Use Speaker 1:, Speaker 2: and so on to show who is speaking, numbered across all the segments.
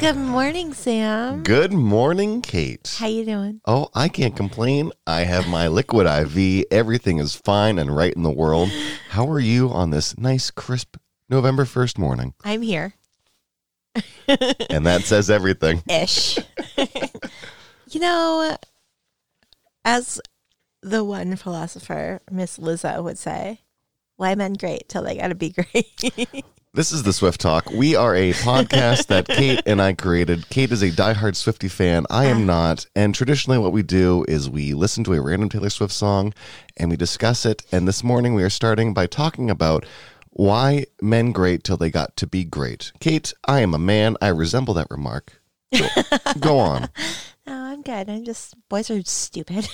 Speaker 1: Good morning, Sam.
Speaker 2: Good morning, Kate.
Speaker 1: How you doing?
Speaker 2: Oh, I can't complain. I have my liquid IV. Everything is fine and right in the world. How are you on this nice, crisp November 1st morning?
Speaker 1: I'm here.
Speaker 2: And that says everything.
Speaker 1: Ish. you know, as the one philosopher, Miss Lizzo would say, why men great till they gotta be great?
Speaker 2: This is the Swift Talk. We are a podcast that Kate and I created. Kate is a diehard Swifty fan. I
Speaker 1: Ah.
Speaker 2: am not. And traditionally, what we do is we listen to a random Taylor Swift song and we discuss it. And this morning, we are starting by talking about why men great till they got to be great. Kate, I am a man. I resemble that remark. Go, go on.
Speaker 1: no, Oh, I'm good. I'm just, boys are stupid.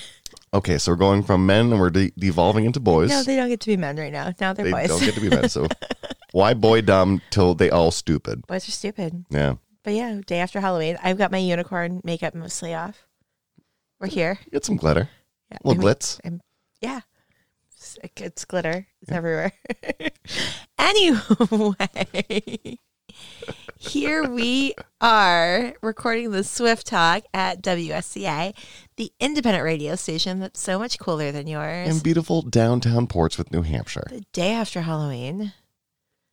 Speaker 2: Okay, so we're going from men and we're de- devolving into boys.
Speaker 1: no, they don't get to be men right now. Now they're
Speaker 2: they
Speaker 1: boys.
Speaker 2: don't get to be men. So why boy dumb till they all stupid?
Speaker 1: boys are stupid.
Speaker 2: Yeah.
Speaker 1: But yeah, day after Halloween, I've got my unicorn makeup mostly off. We're here.
Speaker 2: Get some glitter.
Speaker 1: Yeah,
Speaker 2: A little
Speaker 1: and we-
Speaker 2: glitz.
Speaker 1: Yeah. It's, it's glitter. It's everywhere. anyway, here we are recording the Swift Talk at WSCA, the independent radio station that's so much cooler than yours.
Speaker 2: in beautiful downtown Portsmouth, New Hampshire.
Speaker 1: the day after Halloween.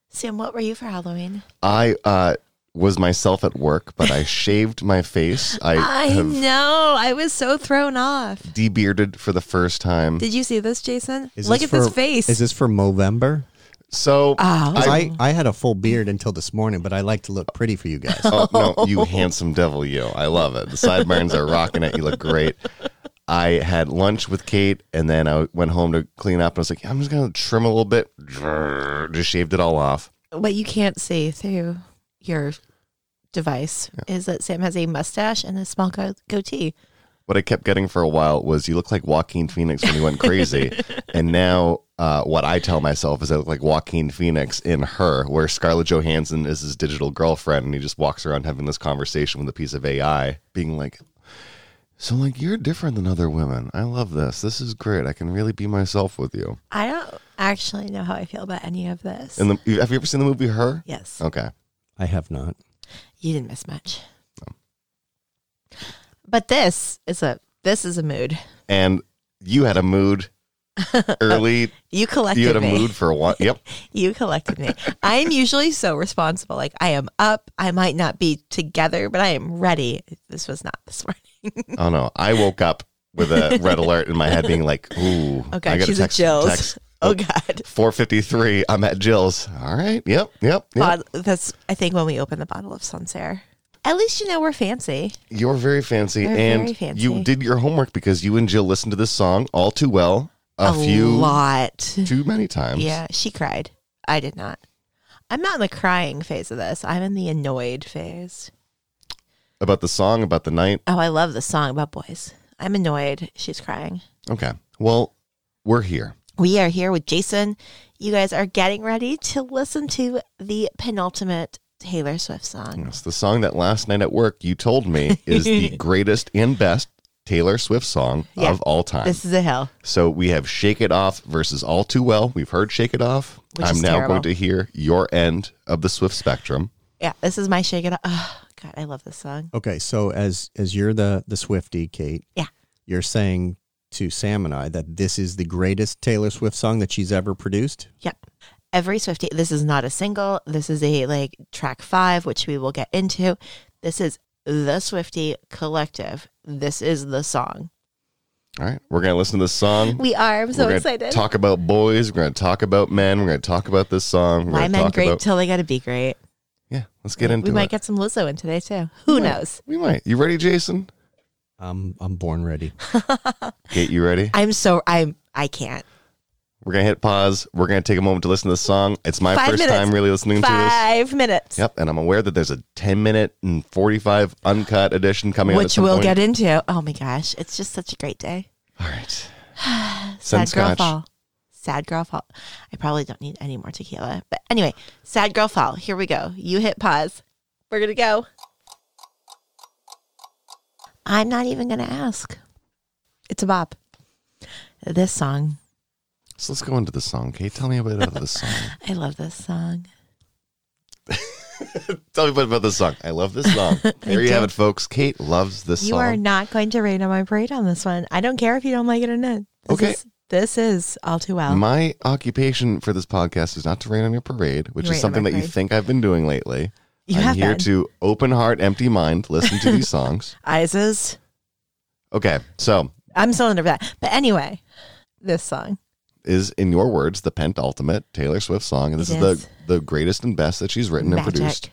Speaker 1: Sam, what were you for Halloween?
Speaker 2: I uh, was myself at work, but I shaved my face. I,
Speaker 1: I
Speaker 2: have
Speaker 1: know. I was so thrown off.
Speaker 2: debearded for the first time.
Speaker 1: Did you see this, Jason?
Speaker 3: Is
Speaker 1: Look at this
Speaker 3: for-
Speaker 1: face.
Speaker 3: Is this for Movember?
Speaker 2: So,
Speaker 1: oh,
Speaker 3: I, I had a full beard until this morning, but I like to look pretty for you guys.
Speaker 2: oh no, you handsome devil, you! I love it. The sideburns are rocking it. You look great. I had lunch with Kate, and then I went home to clean up. And I was like, I'm just gonna trim a little bit. Just shaved it all off.
Speaker 1: what you can't see through your device is that Sam has a mustache and a small go- goatee.
Speaker 2: what I kept getting for a while was you look like Joaquin Phoenix when he went crazy. and now uh, what I tell myself is I look like Joaquin Phoenix in her, where Scarlett Johansson is his digital girlfriend and he just walks around having this conversation with a piece of AI, being like, So like you're different than other women. I love this. This is great. I can really be myself with you.
Speaker 1: I don't actually know how I feel about any of this.
Speaker 2: And Oh. the, have you ever seen the movie Her?
Speaker 1: yes,
Speaker 2: Okay.
Speaker 3: I have not.
Speaker 1: you didn't miss much.
Speaker 2: Oh.
Speaker 1: But this is a this is a mood.
Speaker 2: And you had a mood early.
Speaker 1: You collected
Speaker 2: you had a
Speaker 1: me.
Speaker 2: mood for a while. Yep.
Speaker 1: You collected me. I am usually so responsible. Like I am up. I might not be together, but I am ready. This was not this morning.
Speaker 2: Oh no! I woke up with a red alert in my head, being like, "Ooh,
Speaker 1: Oh
Speaker 2: I
Speaker 1: god,
Speaker 2: gotta
Speaker 1: she's a Jill's.
Speaker 2: text
Speaker 1: Oh god.
Speaker 2: 4:53. I'm at Jill's. All right. Yep. Yep. yep.
Speaker 1: Bod- that's I think when we open the bottle of Sunsair. At least you know we're fancy.
Speaker 2: You're very fancy,
Speaker 1: They're
Speaker 2: and
Speaker 1: very fancy.
Speaker 2: you did your homework because you and Jill listened to this song all too well a, few
Speaker 1: lot.
Speaker 2: too many times.
Speaker 1: Yeah, she cried. I did not. I'm not in the crying phase of this. I'm in the annoyed phase.
Speaker 2: About the song, about the night.
Speaker 1: Oh, I love the song about boys. I'm annoyed. She's crying.
Speaker 2: Okay. Well, we're here.
Speaker 1: We are here with Jason. You guys are getting ready to listen to the penultimate Taylor Swift song.
Speaker 2: It's the song that last night at work you told me is the greatest and best Taylor Swift song
Speaker 1: Yeah.
Speaker 2: of all time.
Speaker 1: This is a hell.
Speaker 2: So we have Shake It Off versus All Too Well. We've heard Shake It Off.
Speaker 1: Which
Speaker 2: I'm
Speaker 1: is
Speaker 2: now
Speaker 1: terrible.
Speaker 2: going to hear your end of the Swift spectrum.
Speaker 1: Yeah, this is my shake it up. Oh, God, I love this song.
Speaker 3: Okay, so as as you're the the Swifty, Kate.
Speaker 1: Yeah.
Speaker 3: You're saying to Sam and I that this is the greatest Taylor Swift song that she's ever produced.
Speaker 1: Yep. Every Swifty, this is not a single. This is a like track five, which we will get into. This is the Swifty collective. This is the song.
Speaker 2: All right. We're going to listen to this song.
Speaker 1: We are. I'm
Speaker 2: We're
Speaker 1: so
Speaker 2: gonna
Speaker 1: excited.
Speaker 2: Talk about boys. We're going to talk about men. We're going to talk about this song. We're
Speaker 1: Why
Speaker 2: gonna
Speaker 1: men
Speaker 2: talk
Speaker 1: great
Speaker 2: about-
Speaker 1: till they gotta be great.
Speaker 2: yeah. Let's get into
Speaker 1: we
Speaker 2: it.
Speaker 1: might get some Lizzo in today too. Who knows?
Speaker 2: we might. You ready, Jason?
Speaker 3: I'm I'm born ready.
Speaker 2: Kate, you ready?
Speaker 1: I'm so I'm I can't.
Speaker 2: We're going to hit pause. We're going to take a moment to listen to this song. It's my
Speaker 1: Five
Speaker 2: first
Speaker 1: minutes.
Speaker 2: time really listening to this.
Speaker 1: Five minutes.
Speaker 2: Yep, and I'm aware that there's a 10 minute and 45 uncut edition coming out. at
Speaker 1: Which
Speaker 2: some
Speaker 1: we'll
Speaker 2: point.
Speaker 1: get into. Oh my gosh. It's just such a great day.
Speaker 2: All right.
Speaker 1: Sad
Speaker 2: Send
Speaker 1: girl
Speaker 2: scotch.
Speaker 1: fall. Sad girl fall. I probably don't need any more tequila. But anyway, sad girl fall. Here we go. You hit pause. We're gonna go. I'm not even gonna ask. It's a bop. This song.
Speaker 2: So let's go into the song, Kate. Tell me a bit about the song.
Speaker 1: I love this song.
Speaker 2: Tell me about this song. I love this song. There you have it, folks. Kate loves this
Speaker 1: You
Speaker 2: song.
Speaker 1: are not going to rain on my parade on this one. I don't care if you don't like it or not. This
Speaker 2: Okay.
Speaker 1: Is, this is all too well.
Speaker 2: My occupation for this podcast is not to rain on your parade, which
Speaker 1: Rain
Speaker 2: is
Speaker 1: on
Speaker 2: something
Speaker 1: my
Speaker 2: that you
Speaker 1: parade.
Speaker 2: think I've been doing lately.
Speaker 1: you
Speaker 2: I'm
Speaker 1: have
Speaker 2: here
Speaker 1: been.
Speaker 2: to open heart, empty mind, listen to these songs.
Speaker 1: Isis.
Speaker 2: Okay, so
Speaker 1: I'm still under that. But anyway, this song.
Speaker 2: is in your words the pent ultimate Taylor Swift song, and this
Speaker 1: It
Speaker 2: is,
Speaker 1: is.
Speaker 2: the the greatest and best that she's written
Speaker 1: magic.
Speaker 2: and produced.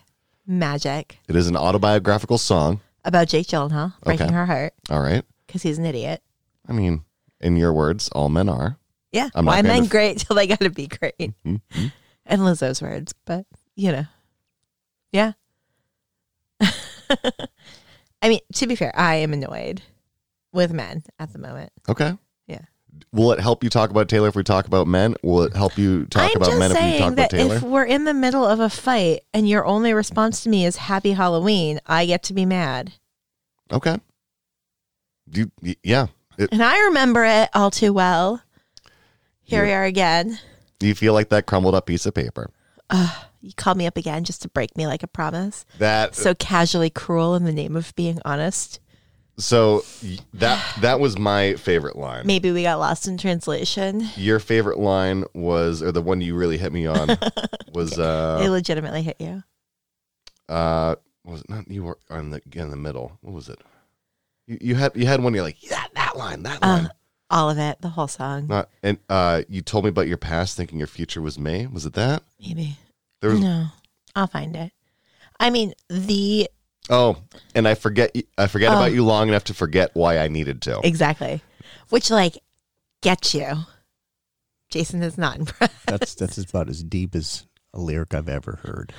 Speaker 1: Magic.
Speaker 2: It is an autobiographical song.
Speaker 1: About Jake Gyllenhaal breaking
Speaker 2: Okay.
Speaker 1: her heart
Speaker 2: All right,
Speaker 1: because he's an idiot.
Speaker 2: I mean, in your words, all men are. Hmm?
Speaker 1: Yeah.
Speaker 2: I'm not
Speaker 1: Why
Speaker 2: going
Speaker 1: men
Speaker 2: to-
Speaker 1: great till they got to be great? And Lizzo's words, but you know. Yeah. I mean, to be fair, I am annoyed with men at the moment.
Speaker 2: Okay.
Speaker 1: Yeah.
Speaker 2: Will it help you talk about Taylor if we talk about men? Will it help you talk
Speaker 1: I'm
Speaker 2: about
Speaker 1: just
Speaker 2: men if we
Speaker 1: saying
Speaker 2: talk about
Speaker 1: that
Speaker 2: Taylor?
Speaker 1: if we're in the middle of a fight and your only response to me is "Happy Halloween," I get to be mad,
Speaker 2: okay. Do you, y- yeah. It-
Speaker 1: and I remember it all too well. Here
Speaker 2: Yeah.
Speaker 1: we are again.
Speaker 2: do you feel like that crumbled up piece of paper?
Speaker 1: You called me up again just to break me like a promise.
Speaker 2: That
Speaker 1: So casually cruel in the name of being honest.
Speaker 2: so y- that that was my favorite line.
Speaker 1: Maybe we got lost in translation.
Speaker 2: Your favorite line was, or the one you really hit me on, was
Speaker 1: they
Speaker 2: uh,
Speaker 1: legitimately hit you.
Speaker 2: uh, was it not you were on the in the middle? What was it? You, you had you had one. You're like yeah, that line, that line.
Speaker 1: Um, all of it, the whole song.
Speaker 2: Not and uh, you told me about your past, thinking your future was May. Was it that?
Speaker 1: Maybe.
Speaker 2: There was
Speaker 1: no, I'll find it. I mean, the
Speaker 2: Oh, and I forget I forget
Speaker 1: Oh.
Speaker 2: about you long enough to forget why I needed to.
Speaker 1: exactly, which like gets you. Jason is not impressed.
Speaker 3: That's that's about as deep as a lyric I've ever heard.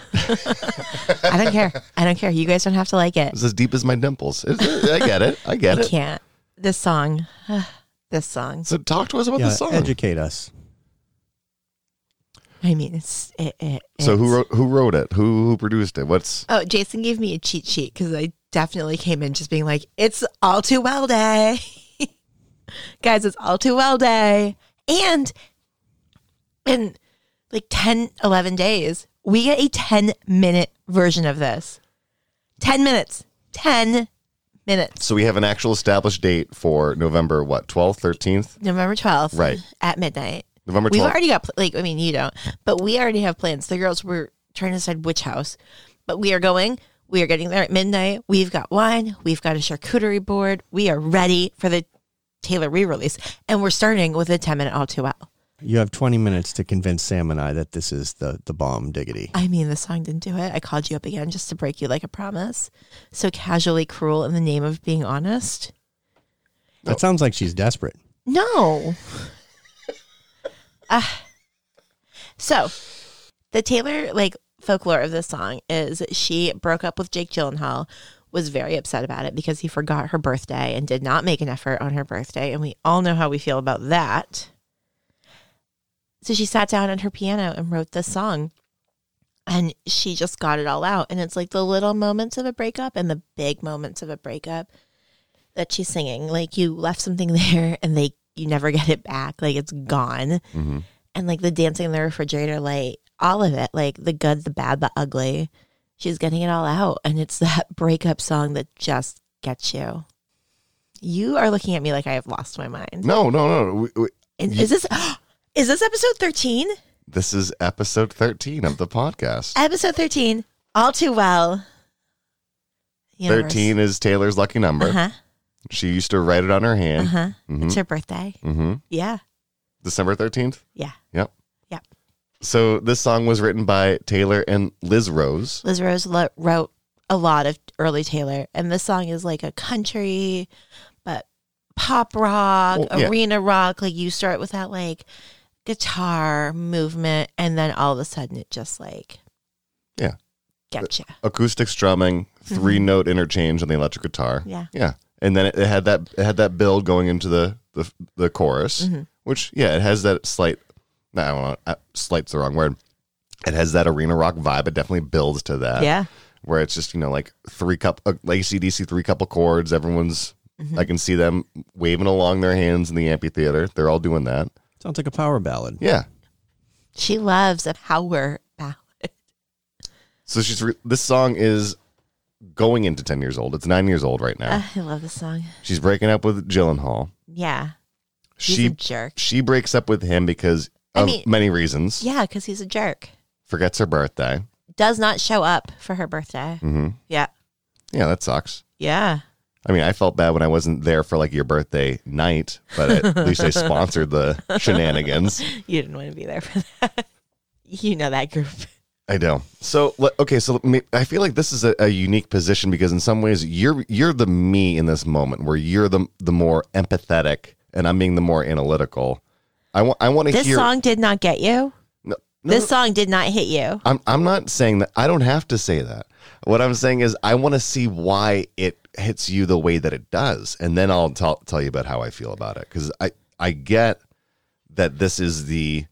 Speaker 1: I don't care. I don't care. You guys don't have to like it.
Speaker 2: It's as deep as my dimples. It's- I get it. I get
Speaker 1: I
Speaker 2: it.
Speaker 1: can't. This song, this song.
Speaker 2: So talk to us about
Speaker 3: Yeah,
Speaker 2: the song.
Speaker 3: educate us.
Speaker 1: I mean, it's it. it
Speaker 2: so
Speaker 1: it's-
Speaker 2: who wrote who wrote it? Who who produced it? What's
Speaker 1: Oh, Jason gave me a cheat sheet because I definitely came in just being like, it's all too well day. Guys, it's all too well day. And in like 10, 11 days, we get a 10 minute version of this. 10 minutes. 10 minutes.
Speaker 2: so we have an actual established date for November what twelfth, thirteenth,
Speaker 1: November 12th.
Speaker 2: Right.
Speaker 1: At midnight.
Speaker 2: November
Speaker 1: We've
Speaker 2: twelfth.
Speaker 1: already got, pl- like, I mean, you don't, but we already have plans. The girls were trying to decide which house, but we are going. We are getting there at midnight. We've got wine. We've got a charcuterie board. We are ready for the Taylor re release. And we're starting with a 10 minute all too well.
Speaker 3: You have 20 minutes to convince Sam and I that this is the, the bomb diggity.
Speaker 2: Oh.
Speaker 1: I mean, the song didn't do it. I called you up again just to break you like a promise. So casually cruel in the name of being honest.
Speaker 3: That sounds like she's desperate.
Speaker 1: No. Ah. so, the Taylor like folklore of this song is she broke up with Jake Gyllenhaal, was very upset about it because he forgot her birthday and did not make an effort on her birthday, and we all know how we feel about that. So she sat down at her piano and wrote this song. And she just got it all out. And it's like the little moments of a breakup and the big moments of a breakup that she's singing. Like you left something there and they you never get it back. Like it's gone.
Speaker 2: Mhm.
Speaker 1: And like the dancing in the refrigerator light, all of it, like the good, the bad, the ugly. She's getting it all out. And it's that breakup song that just gets you. You are looking at me like I have lost my mind.
Speaker 2: No, no, no. no. We, we,
Speaker 1: And is this is this episode 13?
Speaker 2: this is episode thirteen of the podcast.
Speaker 1: Episode 13, all too well. Universe.
Speaker 2: Thirteen is Taylor's lucky number.
Speaker 1: Uh-huh.
Speaker 2: She used to write it on her hand.
Speaker 1: Uh-huh.
Speaker 2: Mhm.
Speaker 1: It's her birthday.
Speaker 2: Mm-hmm.
Speaker 1: Yeah.
Speaker 2: December thirteenth.
Speaker 1: Yeah.
Speaker 2: Yep.
Speaker 1: Yep.
Speaker 2: So this song was written by Taylor and Liz Rose.
Speaker 1: Liz Rose lo- wrote a lot of early Taylor, and this song is like a country, but pop rock,
Speaker 2: Well, yeah.
Speaker 1: arena rock. Like you start with that like guitar movement, and then all of a sudden it just like
Speaker 2: Yeah.
Speaker 1: gotcha.
Speaker 2: acoustic strumming, 3 note interchange on the electric guitar.
Speaker 1: Mm-hmm. Yeah.
Speaker 2: Yeah. And then it, it had that it had that build going into the the, the chorus,
Speaker 1: Mm-hmm.
Speaker 2: which yeah, it has that slight no, I don't want uh, slight's the wrong word. It has that arena rock vibe. It definitely builds to that.
Speaker 1: yeah,
Speaker 2: Where it's just, you know, like three cup uh, like ACDC three couple chords, everyone's
Speaker 1: Mm-hmm.
Speaker 2: I can see them waving along their hands in the amphitheater. They're all doing that.
Speaker 3: Sounds like a power ballad.
Speaker 2: Yeah.
Speaker 1: she loves a power ballad.
Speaker 2: So she's re- this song is going into ten years old. It's nine years old right now.
Speaker 1: Uh, I love this song.
Speaker 2: she's breaking up with Gyllenhaal.
Speaker 1: Yeah. He's a
Speaker 2: She
Speaker 1: jerk.
Speaker 2: she breaks up with him because
Speaker 1: I
Speaker 2: of
Speaker 1: mean-
Speaker 2: many reasons.
Speaker 1: Yeah, because he's a jerk.
Speaker 2: Forgets her birthday.
Speaker 1: Does not show up for her birthday.
Speaker 2: hmm
Speaker 1: Yeah.
Speaker 2: Yeah, that sucks.
Speaker 1: Yeah.
Speaker 2: I mean, I felt bad when I wasn't there for like your birthday night, but at least I sponsored the shenanigans.
Speaker 1: You didn't want to be there for that. You know that group.
Speaker 2: I know. So le- okay, so let me- I feel like this is a, a unique position because in some ways you're you're the me in this moment where you're the the more empathetic and I'm being the more analytical. I want I want to
Speaker 1: This
Speaker 2: hear
Speaker 1: song did not get you.
Speaker 2: No, no,
Speaker 1: This song did not hit you.
Speaker 2: I'm I'm not saying that I don't have to say that. What I'm saying is I want to see why it hits you the way that it does, and then I'll tell tell you about how I feel about it because I I get that this is the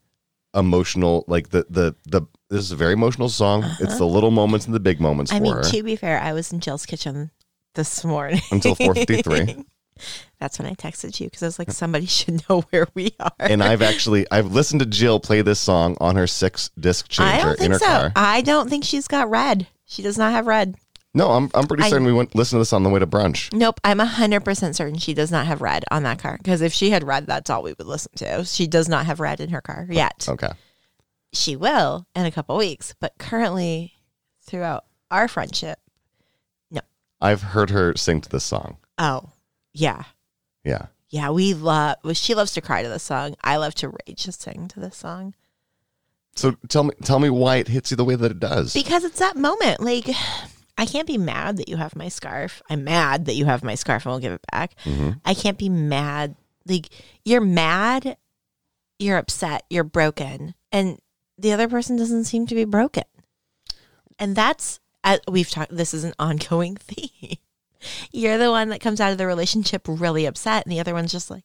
Speaker 2: emotional like the the the this is a very emotional song. It's the little moments and the big moments
Speaker 1: Uh-huh. I
Speaker 2: for
Speaker 1: mean,
Speaker 2: her
Speaker 1: to be fair, I was in Jill's kitchen this morning.
Speaker 2: until 4:53.
Speaker 1: That's when I texted you because I was like, somebody should know where we are.
Speaker 2: and I've actually I've listened to Jill play this song on her six disc
Speaker 1: I
Speaker 2: changer
Speaker 1: don't
Speaker 2: in
Speaker 1: think
Speaker 2: her
Speaker 1: so.
Speaker 2: car.
Speaker 1: I don't think she's got red. She does not have red.
Speaker 2: No, I'm I'm pretty
Speaker 1: I- Mm.
Speaker 2: certain we went listen to this on the way to brunch.
Speaker 1: Nope, I'm 100% certain she does not have red on that car because if she had red, that's all we would listen to. She does not have red in her car yet.
Speaker 2: Okay.
Speaker 1: She will in a couple weeks, but currently throughout our friendship,
Speaker 2: I've heard her sing to this song.
Speaker 1: oh, yeah.
Speaker 2: Yeah.
Speaker 1: Yeah, we love, well, she loves to cry to this song. I love to rage to sing to this song
Speaker 2: So tell me tell me why it hits you the way that it does.
Speaker 1: because it's that moment. Like, I can't be mad that you have my scarf. I'm mad that you have my scarf and we'll give it back.
Speaker 2: Mhm.
Speaker 1: I can't be mad. Like you're mad, you're upset, you're broken, and the other person doesn't seem to be broken. And that's uh, we've talked. This is an ongoing theme. You're the one that comes out of the relationship really upset, and the other one's just like,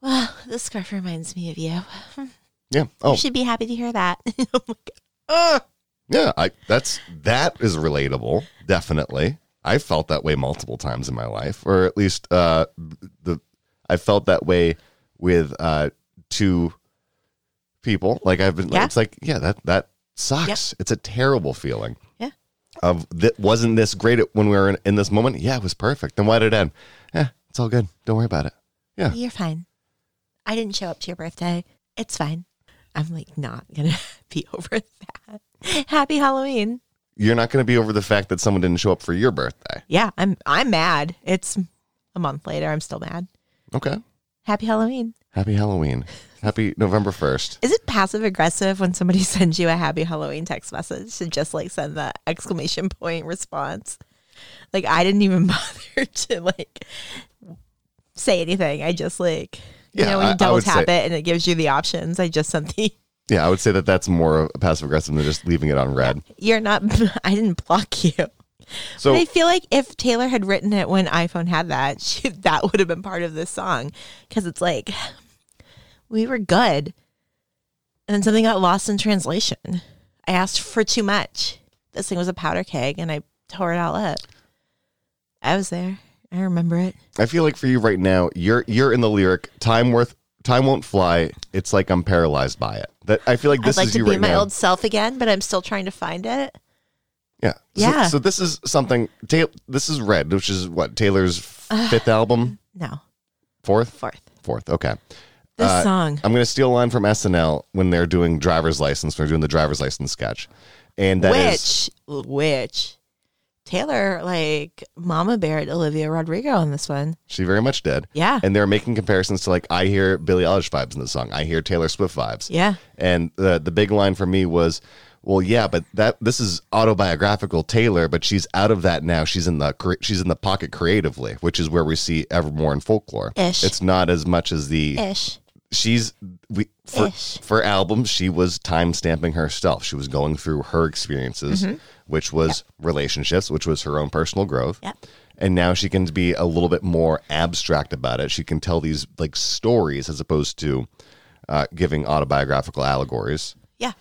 Speaker 1: "Well, this scarf reminds me of you.
Speaker 2: Yeah. Oh,
Speaker 1: You should be happy to hear that." oh my god. Ugh.
Speaker 2: yeah. I that's that is relatable. Definitely. I felt that way multiple times in my life, or at least uh, the I felt that way with uh, two people. Like I've been.
Speaker 1: Yeah.
Speaker 2: It's like yeah, that that sucks. It's a terrible feeling.
Speaker 1: Yeah.
Speaker 2: Of that wasn't this great at- when we were in, in this moment? Yeah, it was perfect. Then why did it end? Yeah, it's all good. Don't worry about it. Yeah.
Speaker 1: You're fine. I didn't show up to your birthday. It's fine. I'm like not gonna be over that. Happy Halloween.
Speaker 2: You're not going to be over the fact that someone didn't show up for your birthday.
Speaker 1: Yeah, I'm I'm mad. It's a month later. I'm still mad.
Speaker 2: Okay.
Speaker 1: Happy Halloween.
Speaker 2: Happy Halloween. Happy November 1st.
Speaker 1: Is it passive aggressive when somebody sends you a happy Halloween text message to just like send the exclamation point response? Like I didn't even bother to like say anything. I just like you
Speaker 2: Yeah,
Speaker 1: know when
Speaker 2: I-
Speaker 1: you
Speaker 2: I
Speaker 1: double
Speaker 2: would
Speaker 1: tap
Speaker 2: say-
Speaker 1: it and it gives you the options. I just sent the
Speaker 2: Yeah, I would say that that's more passive aggressive than just leaving it on red.
Speaker 1: you're not I didn't block you.
Speaker 2: So,
Speaker 1: but I feel like if Taylor had written it when iPhone had that, she, that would have been part of this song because it's like we were good, and then something got lost in translation. I asked for too much. This thing was a powder keg, and I tore it all up. I was there. I remember it.
Speaker 2: I feel like for you right now, you're you're in the lyric time worth time won't fly. It's like I'm paralyzed by it. That I feel like this
Speaker 1: I'd like
Speaker 2: is
Speaker 1: to
Speaker 2: you
Speaker 1: be
Speaker 2: right
Speaker 1: my
Speaker 2: now.
Speaker 1: old self again, but I'm still trying to find it.
Speaker 2: yeah. So-
Speaker 1: Yeah.
Speaker 2: So, this is something Ta- this is Red, which is what Taylor's fifth album,
Speaker 1: No,
Speaker 2: fourth,
Speaker 1: fourth.
Speaker 2: fourth. Okay.
Speaker 1: This
Speaker 2: Uh,
Speaker 1: song.
Speaker 2: I'm going to steal a line from SNL when they're doing driver's license, when they're doing the driver's license sketch. And that is
Speaker 1: which which Taylor like Mama Bear Olivia Rodrigo on this one.
Speaker 2: she very much did.
Speaker 1: Yeah.
Speaker 2: And they're making comparisons to like I hear Billie Eilish vibes in the song. I hear Taylor Swift vibes.
Speaker 1: Yeah.
Speaker 2: And the the big line for me was, well, yeah, but that this is autobiographical Taylor, but she's out of that now. She's in the cre- she's in the pocket creatively, which is where we see Evermore and folklore.
Speaker 1: Ish.
Speaker 2: It's not as much as the
Speaker 1: Ish.
Speaker 2: she's we for,
Speaker 1: Ish.
Speaker 2: for albums she was time stamping herself. She was going through her experiences,
Speaker 1: Mm-hmm.
Speaker 2: which was relationships, which was her own personal growth.
Speaker 1: Yep.
Speaker 2: And now she can be a little bit more abstract about it. She can tell these like stories as opposed to uh, giving autobiographical allegories.
Speaker 1: Yeah.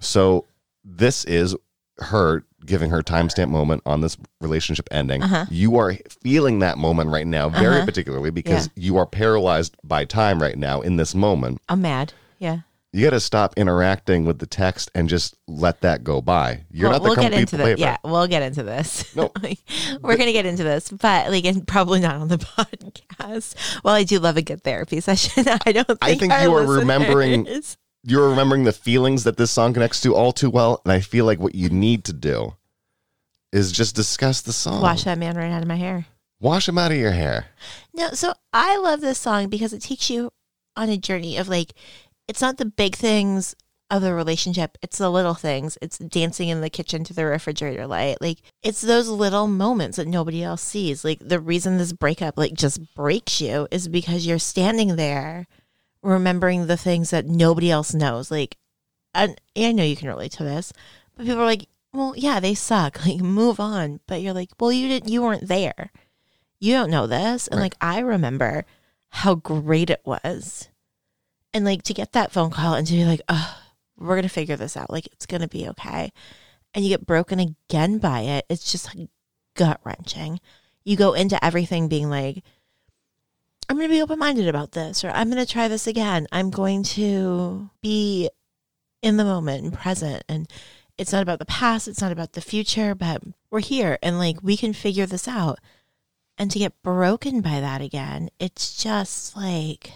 Speaker 2: So this is her giving her timestamp moment on this relationship ending.
Speaker 1: Uh-huh.
Speaker 2: You are feeling that moment right now, very particularly because you are paralyzed by time right now in this moment.
Speaker 1: I'm mad. Yeah.
Speaker 2: You got to stop interacting with the text and just let that go by. You're
Speaker 1: Well,
Speaker 2: not the
Speaker 1: we'll get
Speaker 2: company
Speaker 1: into
Speaker 2: paper.
Speaker 1: this. Yeah, we'll get into this.
Speaker 2: No.
Speaker 1: Like, we're gonna get into this, but like, and probably not on the podcast. Well, I do love a good therapy session. I don't. Think
Speaker 2: I think you
Speaker 1: our
Speaker 2: are remembering-
Speaker 1: listeners-
Speaker 2: You're remembering the feelings that this song connects to all too well, and I feel like what you need to do is just discuss the song.
Speaker 1: Wash that man right out of my hair.
Speaker 2: Wash them out of your hair.
Speaker 1: No, so I love this song because it takes you on a journey of like, it's not the big things of the relationship, it's the little things. It's dancing in the kitchen to the refrigerator light. Like, it's those little moments that nobody else sees. Like, the reason this breakup, like, just breaks you is because you're standing there remembering the things that nobody else knows. Like, and I know you can relate to this, but people are like, well, yeah, they suck. Like, move on. But you're like, well, you didn't, you weren't there you don't know this. And
Speaker 2: Right.
Speaker 1: like, I remember how great it was. And like, to get that phone call and to be like, oh, we're going to figure this out. Like, it's going to be okay. And you get broken again by it. It's just like gut wrenching. You go into everything being like, I'm going to be open minded about this, or I'm going to try this again. I'm going to be in the moment and present. And it's not about the past, it's not about the future, but we're here and like we can figure this out and to get broken by that again, it's just like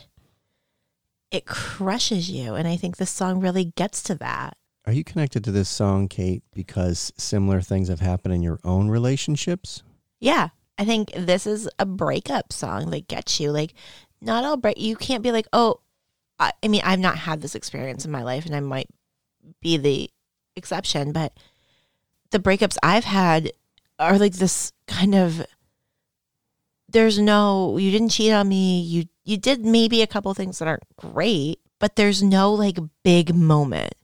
Speaker 1: it crushes you. And I think this song really gets to that.
Speaker 3: Are you connected to this song, Kate, because similar things have happened in your own relationships?
Speaker 1: Yeah. I think this is a breakup song that gets you. Like, not all break. You can't be like, oh, I, I mean, I've not had this experience in my life, and I might be the exception, but the breakups I've had are like this kind of. There's no, you didn't cheat on me. You you did maybe a couple things that aren't great, but there's no like big moment.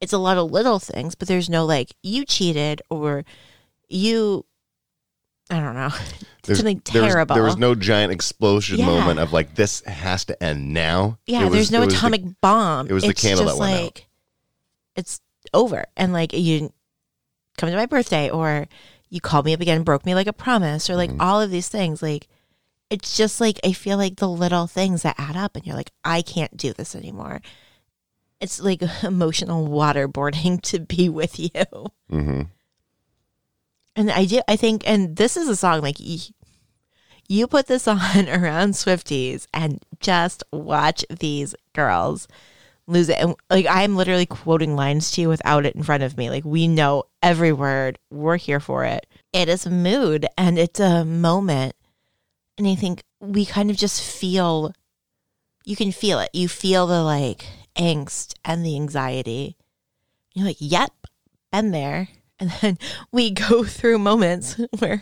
Speaker 1: It's a lot of little things, but there's no like you cheated or you. I don't know.
Speaker 2: There's-
Speaker 1: Something
Speaker 2: there was-
Speaker 1: terrible.
Speaker 2: there was no giant explosion
Speaker 1: Yeah.
Speaker 2: moment of like this has to end now.
Speaker 1: Yeah,
Speaker 2: It was-
Speaker 1: there's no
Speaker 2: it was the-
Speaker 1: atomic bomb.
Speaker 2: it was the
Speaker 1: it's
Speaker 2: candle
Speaker 1: just
Speaker 2: that went out.
Speaker 1: like, It's over, and like you didn't come to my birthday, or you called me up again and broke me like a promise, or like
Speaker 2: Mm-hmm.
Speaker 1: all of these things. Like it's just like I feel like the little things that add up, and you're like, I can't do this anymore. It's like emotional waterboarding to be with you.
Speaker 2: Mhm.
Speaker 1: And I do, I think, and this is a song like y- you put this on around Swifties and just watch these girls lose it. And like, I'm literally quoting lines to you without it in front of me. Like, we know every word, we're here for it. It is a mood and it's a moment. And I think we kind of just feel, you can feel it. You feel the like angst and the anxiety. You're like, yep, been there. And then we go through moments where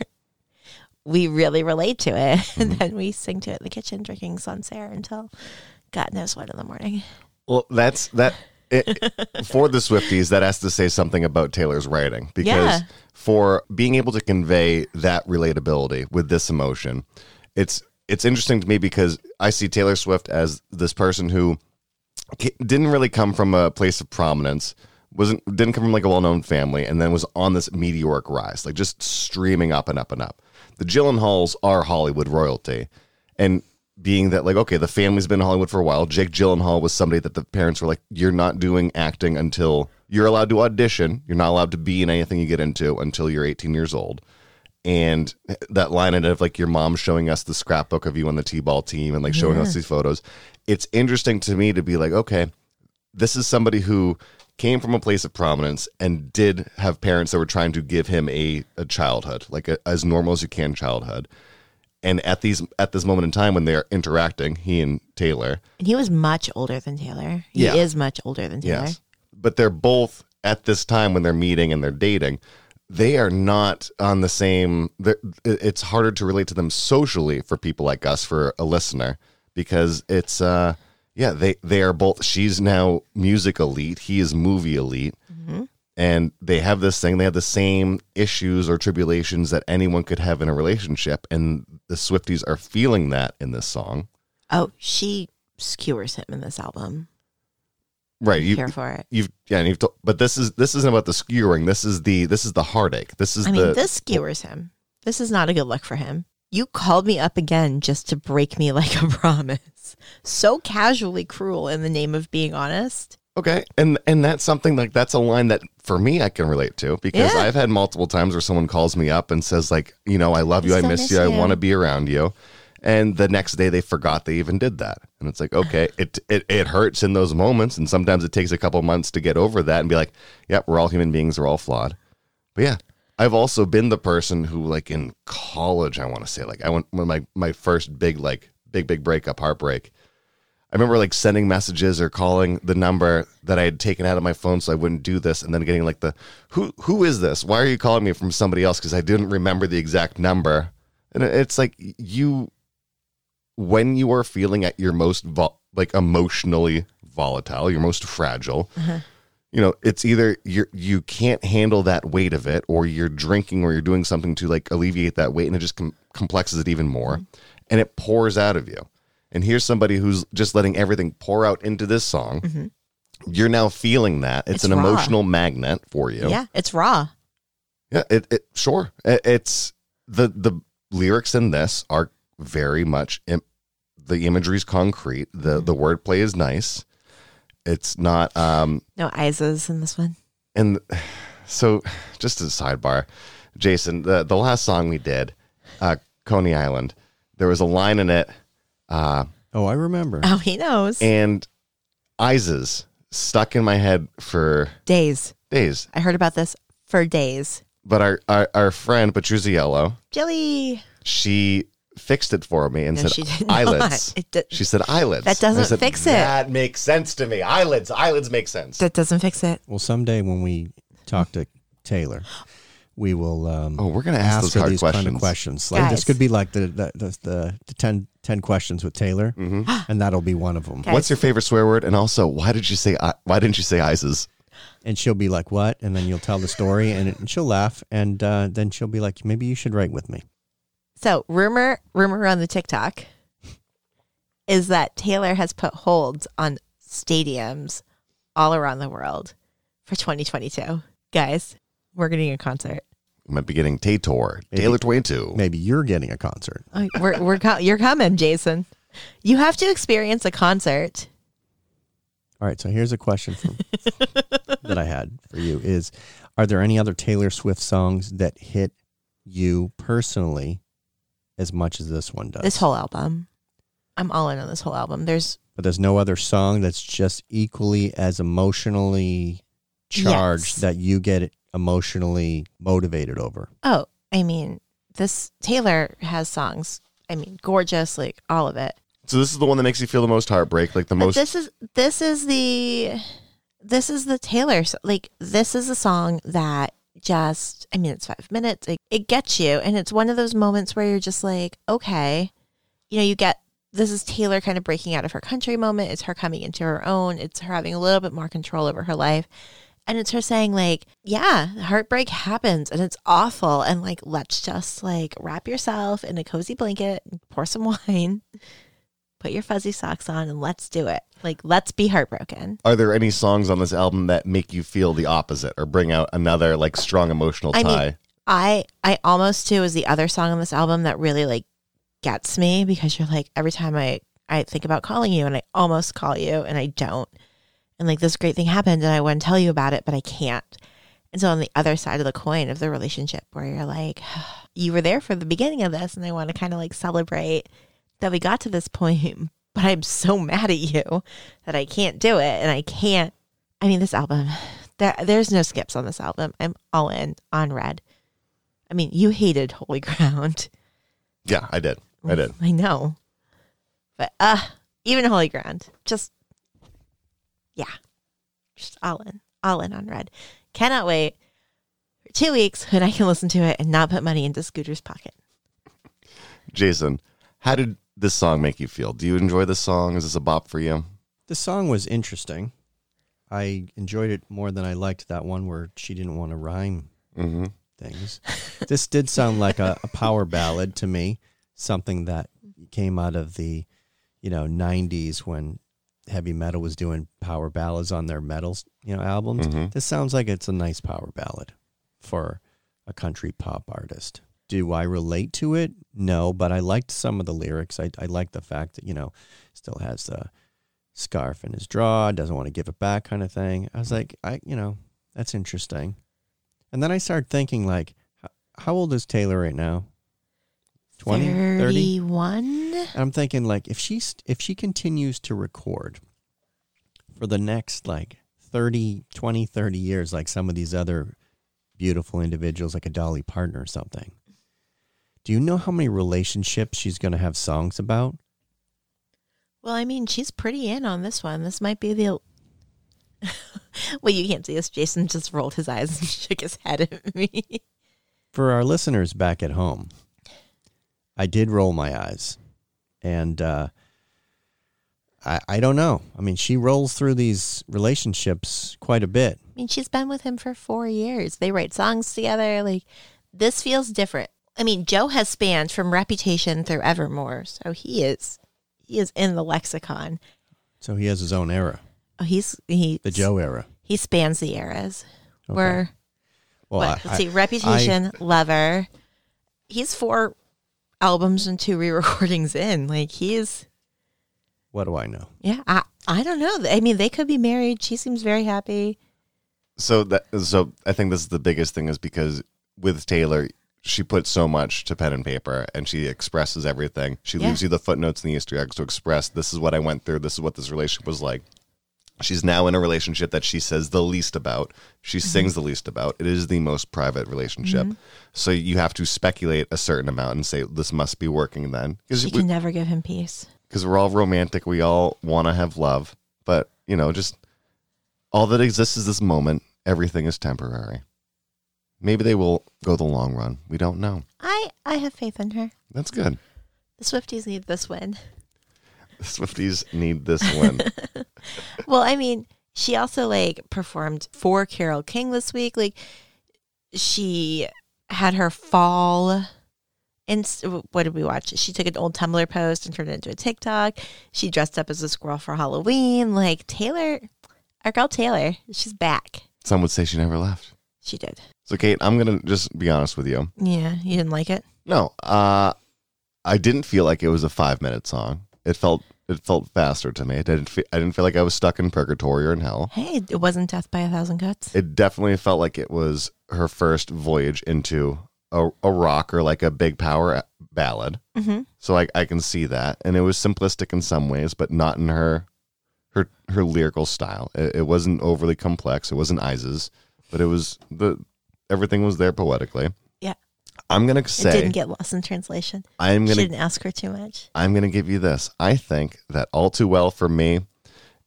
Speaker 1: we really relate to it.
Speaker 2: Mm-hmm.
Speaker 1: And then we sing to it in the kitchen drinking Sancerre until God knows what in the morning.
Speaker 2: Well, that's that it, for the Swifties. That has to say something about Taylor's writing because
Speaker 1: Yeah.
Speaker 2: for being able to convey that relatability with this emotion, it's it's interesting to me because I see Taylor Swift as this person who ca- didn't really come from a place of prominence wasn't didn't come from like a well-known family and then was on this meteoric rise like just streaming up and up and up the gyllenhaals are hollywood royalty and being that like okay the family's been in hollywood for a while jake gyllenhaal was somebody that the parents were like you're not doing acting until you're allowed to audition you're not allowed to be in anything you get into until you're 18 years old and that line in it of like your mom showing us the scrapbook of you on the t-ball team and like showing us these photos it's interesting to me to be like okay this is somebody who came from a place of prominence and did have parents that were trying to give him a, a childhood like a, as normal as you can childhood and at these at this moment in time when they're interacting he and taylor
Speaker 1: And he was much older than Taylor. He
Speaker 2: Yeah.
Speaker 1: is much older than Taylor.
Speaker 2: But they're both at this time when they're meeting and they're dating, they are not on the same. they're- It's harder to relate to them socially for people like us, for a listener, because it's, uh, yeah, they, they are both. She's now music elite, he is movie elite. And they have this thing, they have the same issues or tribulations that anyone could have in a relationship. And the Swifties are feeling that in this song.
Speaker 1: Oh, she skewers him in this album.
Speaker 2: Right. You,
Speaker 1: Care for it.
Speaker 2: you've yeah, and you've told, but this is this isn't about the skewering. This is the this is the heartache. This is
Speaker 1: I mean,
Speaker 2: the
Speaker 1: this skewers him. This is not a good look for him. You called me up again just to break me like a promise. So casually cruel in the name of being honest.
Speaker 2: Okay. And and that's something like that's a line that for me I can relate to because
Speaker 1: Yeah.
Speaker 2: I've had multiple times where someone calls me up and says like, you know, I love you, I
Speaker 1: still
Speaker 2: miss
Speaker 1: miss
Speaker 2: you, I
Speaker 1: you.
Speaker 2: want to be around you. And the next day they forgot they even did that. And it's like, okay, it, it it hurts in those moments and sometimes it takes a couple months to get over that and be like, yep, we're all human beings, we're all flawed. But yeah, I've also been the person who, like in college, I want to say, like I went when my my first big like big big breakup heartbreak. I remember like sending messages or calling the number that I had taken out of my phone so I wouldn't do this, and then getting like the who who is this? Why are you calling me from somebody else? Because I didn't remember the exact number, and it- it's like you when you are feeling at your most vol like emotionally volatile, your most fragile
Speaker 1: Uh-huh.
Speaker 2: you know it's either you you can't handle that weight of it or you're drinking or you're doing something to like alleviate that weight and it just com- complexes it even more
Speaker 1: Mm-hmm.
Speaker 2: and it pours out of you and here's somebody who's just letting everything pour out into this song you're now feeling that it's,
Speaker 1: Mm-hmm. It's
Speaker 2: an
Speaker 1: raw.
Speaker 2: emotional magnet for you
Speaker 1: Yeah, it's raw.
Speaker 2: yeah, it, it sure. It, it's the the lyrics in this are very much Im- the imagery is concrete. The the wordplay is nice. It's not um
Speaker 1: No Isa's in this one.
Speaker 2: and so just as a sidebar, Jason, the the last song we did, uh Coney Island, there was a line in it uh
Speaker 3: Oh, I remember.
Speaker 1: Oh, he knows.
Speaker 2: and Isa's stuck in my head for
Speaker 1: days.
Speaker 2: days.
Speaker 1: I heard about this for days.
Speaker 2: But our our, our friend Petruzziello,
Speaker 1: Jelly.
Speaker 2: she fixed it for me and
Speaker 1: No,
Speaker 2: said
Speaker 1: she did
Speaker 2: eyelids.
Speaker 1: not. It did-
Speaker 2: she said eyelids.
Speaker 1: That doesn't
Speaker 2: And I said,
Speaker 1: fix it.
Speaker 2: That makes sense to me. Eyelids. Eyelids make sense.
Speaker 1: That doesn't fix it.
Speaker 3: Well, someday when we talk to Taylor, we will. Um,
Speaker 2: Oh, we're gonna ask those
Speaker 3: her
Speaker 2: hard
Speaker 3: these Kind
Speaker 2: questions.
Speaker 3: of questions. Like this
Speaker 1: Guys.
Speaker 3: could be like the the the, the, the 10, 10 questions with Taylor,
Speaker 2: Mm-hmm.
Speaker 3: and that'll be one of them.
Speaker 1: Ah. Okay.
Speaker 2: What's your favorite swear word? And also, why did you say I- why didn't you say Isis?
Speaker 3: And she'll be like, "What?" And then you'll tell the story, and, it, and she'll laugh, and uh, then she'll be like, "Maybe you should write with me."
Speaker 1: So rumor rumor on the TikTok is that Taylor has put holds on stadiums all around the world for 2022. Guys, we're getting a concert.
Speaker 2: We might be getting Tator
Speaker 3: Maybe.
Speaker 2: Taylor Twain too.
Speaker 3: Maybe you're getting a concert.
Speaker 1: Oh, We're we're co- you're coming, Jason. You have to experience a concert.
Speaker 3: All right, so here's a question from, that I had for you: Is are there any other Taylor Swift songs that hit you personally as much as this one does?
Speaker 1: This whole album. I'm all in on this whole album. There's
Speaker 3: but there's no other song that's just equally as emotionally charged
Speaker 1: Yes.
Speaker 3: that you get emotionally motivated over.
Speaker 1: oh, I mean, this Taylor has songs. I mean, gorgeous, like all of it.
Speaker 2: So this is the one that makes you feel the most heartbreak, like the
Speaker 1: But
Speaker 2: most.
Speaker 1: this is this is the this is the Taylor s- like this is a song that just I mean it's five minutes it, it gets you and it's one of those moments where you're just like okay you know you get this is Taylor kind of breaking out of her country moment it's her coming into her own it's her having a little bit more control over her life and it's her saying like yeah heartbreak happens and it's awful and like let's just like wrap yourself in a cozy blanket pour some wine put your fuzzy socks on and let's do it. Like, let's be heartbroken.
Speaker 2: are there any songs on this album that make you feel the opposite or bring out another like strong emotional tie?
Speaker 1: I mean, I I almost too is the other song on this album that really like gets me because you're like every time I I think about calling you and I almost call you and I don't. And like this great thing happened and I want to tell you about it but I can't. And so on the other side of the coin of the relationship where you're like you were there for the beginning of this and I want to kind of like celebrate that we got to this point but I'm so mad at you that I can't do it and I can't I mean this album there, there's no skips on this album. I'm all in on red. I mean, you hated Holy Ground.
Speaker 2: yeah, I did. I did.
Speaker 1: I know. But uh even Holy Ground. Just yeah. Just all in. All in on red. Cannot wait for two weeks when I can listen to it and not put money into Scooter's pocket.
Speaker 2: Jason, how did this song make you feel? Do you enjoy this song? Is this a bop for you?
Speaker 3: The song was interesting. I enjoyed it more than I liked that one where she didn't want to rhyme
Speaker 2: Mm-hmm.
Speaker 3: things. this did sound like a, a power ballad to me, something that came out of the, you know, '90s when heavy metal was doing power ballads on their metals, you know, albums.
Speaker 2: Mhm.
Speaker 3: This sounds like it's a nice power ballad for a country pop artist. Do I relate to it? No, but I liked some of the lyrics. I, I like the fact that you know, still has the scarf in his drawer, doesn't want to give it back, kind of thing. I was like, I, you know, that's interesting. And then I started thinking, like, h- how old is Taylor right now? 20, 30?
Speaker 1: 31?
Speaker 3: And I'm thinking, like, if she st- if she continues to record for the next like 30, 20, 30 years, like some of these other beautiful individuals, like a Dolly Parton or something, do you know how many relationships she's going to have songs about?
Speaker 1: Well, I mean, she's pretty in on this one. This might be the. well, you can't see this. Jason just rolled his eyes and shook his head at me.
Speaker 3: For our listeners back at home, I did roll my eyes, and uh, I I don't know. I mean, she rolls through these relationships quite a bit.
Speaker 1: I mean, she's been with him for four years. They write songs together. Like, this feels different. I mean, Joe has spanned from Reputation through Evermore, so he is he is in the lexicon.
Speaker 3: So he has his own era,
Speaker 1: Oh, he's he
Speaker 3: the Joe era.
Speaker 1: he spans the eras.
Speaker 3: Okay.
Speaker 1: Where
Speaker 3: Well,
Speaker 1: what?
Speaker 3: I-
Speaker 1: Let's see,
Speaker 3: I-
Speaker 1: Reputation, Lover. He's four albums and two re-recordings in. Like he's
Speaker 3: what do I know?
Speaker 1: yeah. I I don't know. I mean, they could be married. She seems very happy.
Speaker 2: So that so I think this is the biggest thing is because with Taylor, she puts so much to pen and paper and she expresses everything. She
Speaker 1: Yeah.
Speaker 2: leaves you the footnotes and the Easter eggs to express this is what I went through, this is what this relationship was like. She's now in a relationship that she says the least about. She sings the least about. It is the most private relationship. So you have to speculate a certain amount and say this must be working then.
Speaker 1: She
Speaker 2: Because
Speaker 1: can never give him peace.
Speaker 2: because we're all romantic. We all want to have love, but you know, just all that exists is this moment. Everything is temporary. Maybe they will go the long run. We don't know.
Speaker 1: I I have faith in her.
Speaker 2: That's good.
Speaker 1: The Swifties need this win.
Speaker 2: The Swifties need this win.
Speaker 1: Well, I mean, she also like performed for Carol King this week. Like she had her fall and what did we watch? She took an old Tumblr post and turned it into a TikTok. She dressed up as a squirrel for Halloween. Like Taylor, our girl Taylor, she's back.
Speaker 2: Some would say she never left.
Speaker 1: She did.
Speaker 2: So, Kate, I'm gonna just be honest with you.
Speaker 1: Yeah, you didn't like it.
Speaker 2: No, uh, I didn't feel like it was a five minute song. It felt it felt faster to me. I didn't feel, I didn't feel like I was stuck in purgatory or in hell.
Speaker 1: Hey, it wasn't death by a thousand cuts.
Speaker 2: it definitely felt like it was her first voyage into a, a rock or like a big power a- ballad.
Speaker 1: Mm-hmm.
Speaker 2: So like I can see that, and it was simplistic in some ways, but not in her her her lyrical style. It, it wasn't overly complex. It wasn't Isa's, but it was the everything was there poetically.
Speaker 1: Yeah.
Speaker 2: I'm gonna
Speaker 1: It didn't
Speaker 2: say
Speaker 1: get lost in translation.
Speaker 2: I'm
Speaker 1: She
Speaker 2: gonna
Speaker 1: didn't ask for too much.
Speaker 2: I'm gonna give you this. I think that all too well for me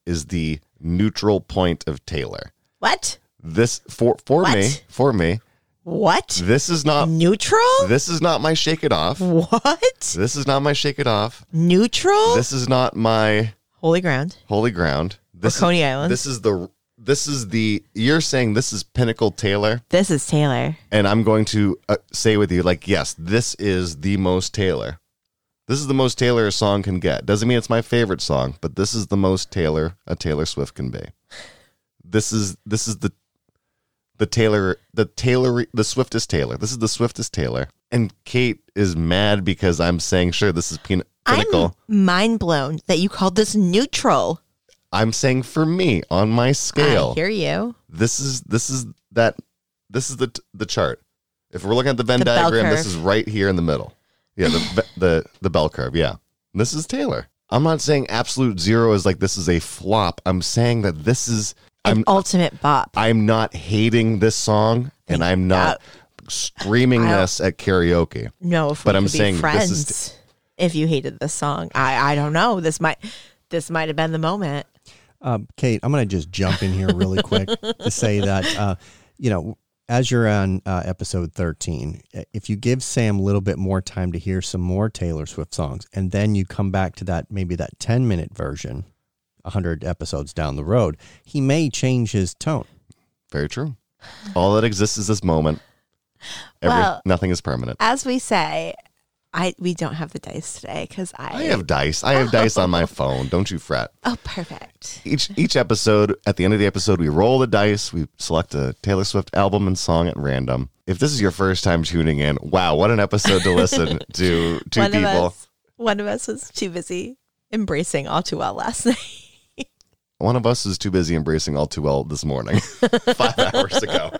Speaker 2: is the neutral point of Taylor.
Speaker 1: What?
Speaker 2: This for for me
Speaker 1: What?
Speaker 2: for me.
Speaker 1: What?
Speaker 2: This is
Speaker 1: Mm.
Speaker 2: not
Speaker 1: Neutral?
Speaker 2: This is not my shake it off.
Speaker 1: What?
Speaker 2: This is not my shake it off.
Speaker 1: Neutral?
Speaker 2: This is not my
Speaker 1: Holy ground.
Speaker 2: holy ground. This
Speaker 1: Coney
Speaker 2: is,
Speaker 1: Island.
Speaker 2: This is the this is the you're saying this is pinnacle Taylor,
Speaker 1: This is Taylor.
Speaker 2: and I'm going to uh, say with you like yes, this is the most Taylor. This is the most Taylor a song can get. Doesn't mean it's my favorite song, but this is the most Taylor a Taylor Swift can be. This is this is the the Taylor the Taylor the swiftest Taylor. This is the swiftest Taylor. And Kate is mad because I'm saying sure this is pin- pinnacle.
Speaker 1: I'm mind blown that you called this neutral.
Speaker 2: I'm, saying for me on my
Speaker 1: I
Speaker 2: scale.
Speaker 1: hear you.
Speaker 2: This is this is that this is the t- the chart. If we're looking at the Venn
Speaker 1: The bell
Speaker 2: diagram, this
Speaker 1: curve.
Speaker 2: is right here in the middle. Yeah, the ve- the the bell curve. Yeah, this is Taylor. I'm not saying absolute zero is like this is a flop. I'm saying that this is
Speaker 1: An
Speaker 2: I'm
Speaker 1: ultimate bop.
Speaker 2: I'm not hating this song and I'm not screaming
Speaker 1: I'll-
Speaker 2: this at karaoke.
Speaker 1: no, if
Speaker 2: But
Speaker 1: we
Speaker 2: I'm
Speaker 1: could be
Speaker 2: saying this
Speaker 1: friends.
Speaker 2: is
Speaker 1: if you hated this song, I I don't know. This might this might have been the moment.
Speaker 3: Um, Kate, I'm going to just jump in here really quick to say that, uh, you know, as you're on uh, episode 13, uh, if you give Sam a little bit more time to hear some more Taylor Swift songs, and then you come back to that, maybe that 10 minute version, 100 episodes down the road, he may change his tone.
Speaker 2: Very true. All that exists is this moment. Every,
Speaker 1: Well-
Speaker 2: nothing is permanent.
Speaker 1: As we say, I we don't have the dice today because I,
Speaker 2: I have dice. I have dice on my phone. Don't you fret.
Speaker 1: Oh perfect.
Speaker 2: Each each episode, at the end of the episode, we roll the dice. We select a Taylor Swift album and song at random. If this is your first time tuning in, wow, what an episode to listen to two
Speaker 1: one
Speaker 2: people.
Speaker 1: of us one of us was too busy embracing all too well last night.
Speaker 2: One of us is too busy embracing all too well this morning, five hours ago.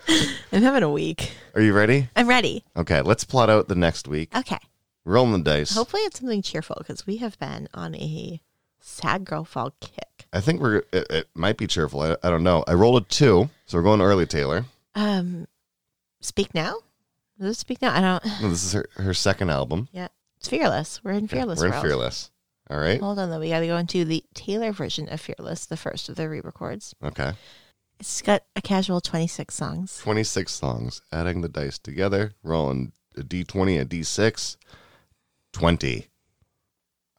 Speaker 1: I'm having a week.
Speaker 2: Are you ready?
Speaker 1: I'm ready.
Speaker 2: Okay, let's plot out the next week.
Speaker 1: Okay.
Speaker 2: Rolling the dice.
Speaker 1: Hopefully it's something cheerful because we have been on a sad girl fall kick.
Speaker 2: I think we're. It, it might be cheerful. I, I don't know. I rolled a two, so we're going early, Taylor.
Speaker 1: Um, speak now. Does it speak now? I don't.
Speaker 2: No, This is her, her second album.
Speaker 1: Yeah, it's fearless. We're in fearless.
Speaker 2: We're in
Speaker 1: world.
Speaker 2: Fearless. All right.
Speaker 1: Hold on though, we got to go into the Taylor version of Fearless, the first of the re-records.
Speaker 2: Okay.
Speaker 1: It's got a casual 26 songs.
Speaker 2: Twenty six songs. Adding the dice together. Rolling a d twenty, a d six, twenty.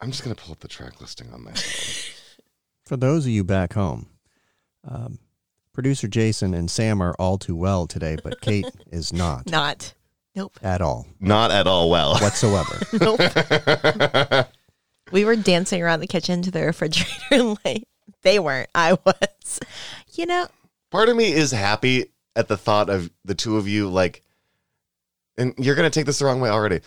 Speaker 2: I'm just gonna pull up the track listing on that.
Speaker 3: For those of you back home, um, producer Jason and Sam are all too well today, but Kate is not
Speaker 1: Not. Nope.
Speaker 3: at all
Speaker 2: Not at all well.
Speaker 3: whatsoever.
Speaker 1: Nope. we were dancing around the kitchen to the refrigerator. like they weren't. I was. You know,
Speaker 2: part of me is happy at the thought of the two of you like and you're gonna take this the wrong way already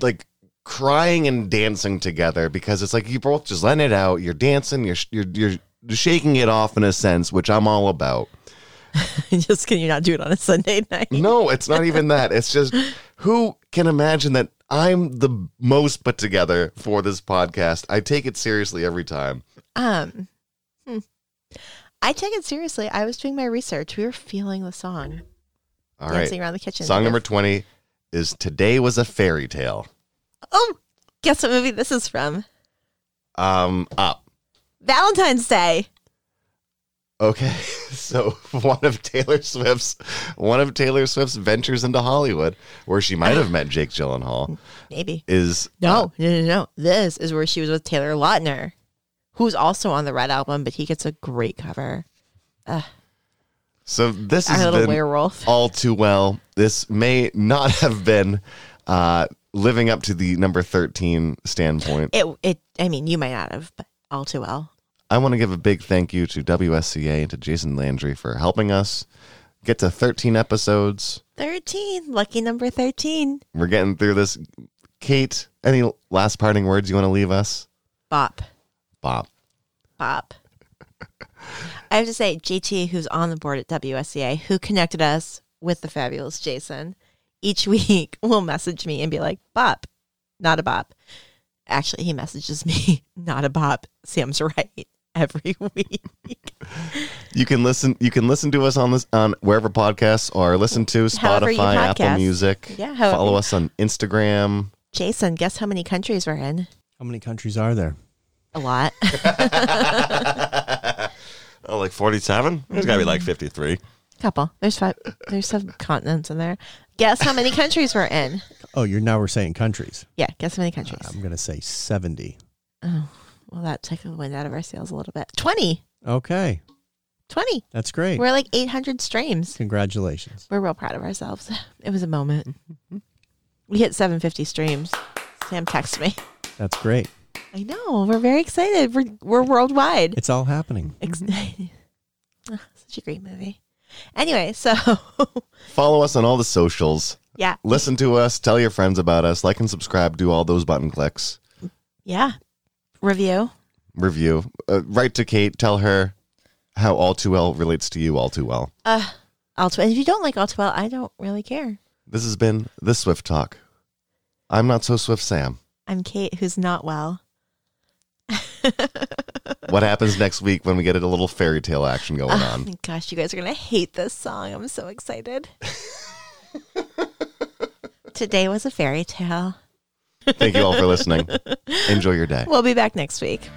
Speaker 2: like crying and dancing together because it's like you both just letting it out you're dancing you're you're, you're shaking it off in a sense which i'm all about
Speaker 1: just can you not do it on a Sunday night?
Speaker 2: no it's not even that it's just who can imagine that i'm the most put together for this podcast i take it seriously every time
Speaker 1: Um, hmm. I take it seriously. I was doing my research. We were feeling the song,
Speaker 2: All right,
Speaker 1: dancing around the kitchen.
Speaker 2: song number 20 is today was a fairy tale
Speaker 1: Oh, guess what movie this is from?
Speaker 2: um up
Speaker 1: Valentine's Day.
Speaker 2: Okay, so one of Taylor Swift's one of Taylor Swift's ventures into Hollywood, where she might have met Jake Gyllenhaal,
Speaker 1: Maybe.
Speaker 2: is
Speaker 1: No, no, no, no. This is where she was with Taylor Lautner, who's also on the Red album, but he gets a great cover.
Speaker 2: so this
Speaker 1: Our
Speaker 2: has
Speaker 1: little
Speaker 2: been
Speaker 1: werewolf.
Speaker 2: all too well. This may not have been uh, living up to the number thirteen standpoint.
Speaker 1: It, it. I mean, you might not have, but all too well.
Speaker 2: I want to give a big thank you to WSCA and to Jason Landry for helping us get to thirteen episodes.
Speaker 1: Thirteen, lucky number thirteen.
Speaker 2: We're getting through this. Kate, any last parting words you want to leave us?
Speaker 1: Bop,
Speaker 2: Bob.
Speaker 1: bop. I have to say, JT, who's on the board at WSCA, who connected us with the fabulous Jason, each week will message me and be like, "Bop, not a bop." Actually, he messages me, "Not a bop." Sam's right every week.
Speaker 2: You can listen. You can listen to us on this on wherever podcasts are. Listen to
Speaker 1: However you
Speaker 2: Spotify, Apple
Speaker 1: podcast.
Speaker 2: Music.
Speaker 1: Yeah, however
Speaker 2: Follow
Speaker 1: you-
Speaker 2: us on Instagram.
Speaker 1: Jason, guess how many countries we're in?
Speaker 3: How many countries are there?
Speaker 1: A lot.
Speaker 2: Oh, like forty-seven. There's got to be like fifty-three.
Speaker 1: Couple. There's five. There's some continents in there. Guess how many countries we're in?
Speaker 3: Oh, you're now we're saying countries.
Speaker 1: Yeah, guess how many countries? Oh,
Speaker 3: I'm gonna say seventy.
Speaker 1: well, that took the wind out of our sails a little bit. 20.
Speaker 3: Okay,
Speaker 1: 20.
Speaker 3: that's great.
Speaker 1: We're like 800 streams.
Speaker 3: Congratulations.
Speaker 1: We're real proud of ourselves. It was a moment. We hit 750 streams. Sam texted me.
Speaker 3: That's great.
Speaker 1: I know. We're very excited. We're, we're worldwide. Mm-hmm.
Speaker 3: It's all happening.
Speaker 1: Ex- Ah, Such a great movie. Anyway, so
Speaker 2: Follow us on all the socials.
Speaker 1: yeah.
Speaker 2: Listen to us. Tell your friends about us. Like and subscribe. Do all those button clicks.
Speaker 1: Yeah. Review.
Speaker 2: Review. Uh, write to Kate. Tell her how All Too Well relates to you. All Too Well.
Speaker 1: Uh, all too, and if you don't like all too well, I don't really care.
Speaker 2: This has been the Swift Talk. I'm not so Swift, Sam.
Speaker 1: I'm Kate, who's not well.
Speaker 2: What happens next week when we get a little fairy tale action going
Speaker 1: Oh
Speaker 2: on?
Speaker 1: my gosh, you guys are gonna hate this song. I'm so excited. Today was a fairy tale.
Speaker 2: Thank you all for listening. Enjoy your day.
Speaker 1: We'll be back next week.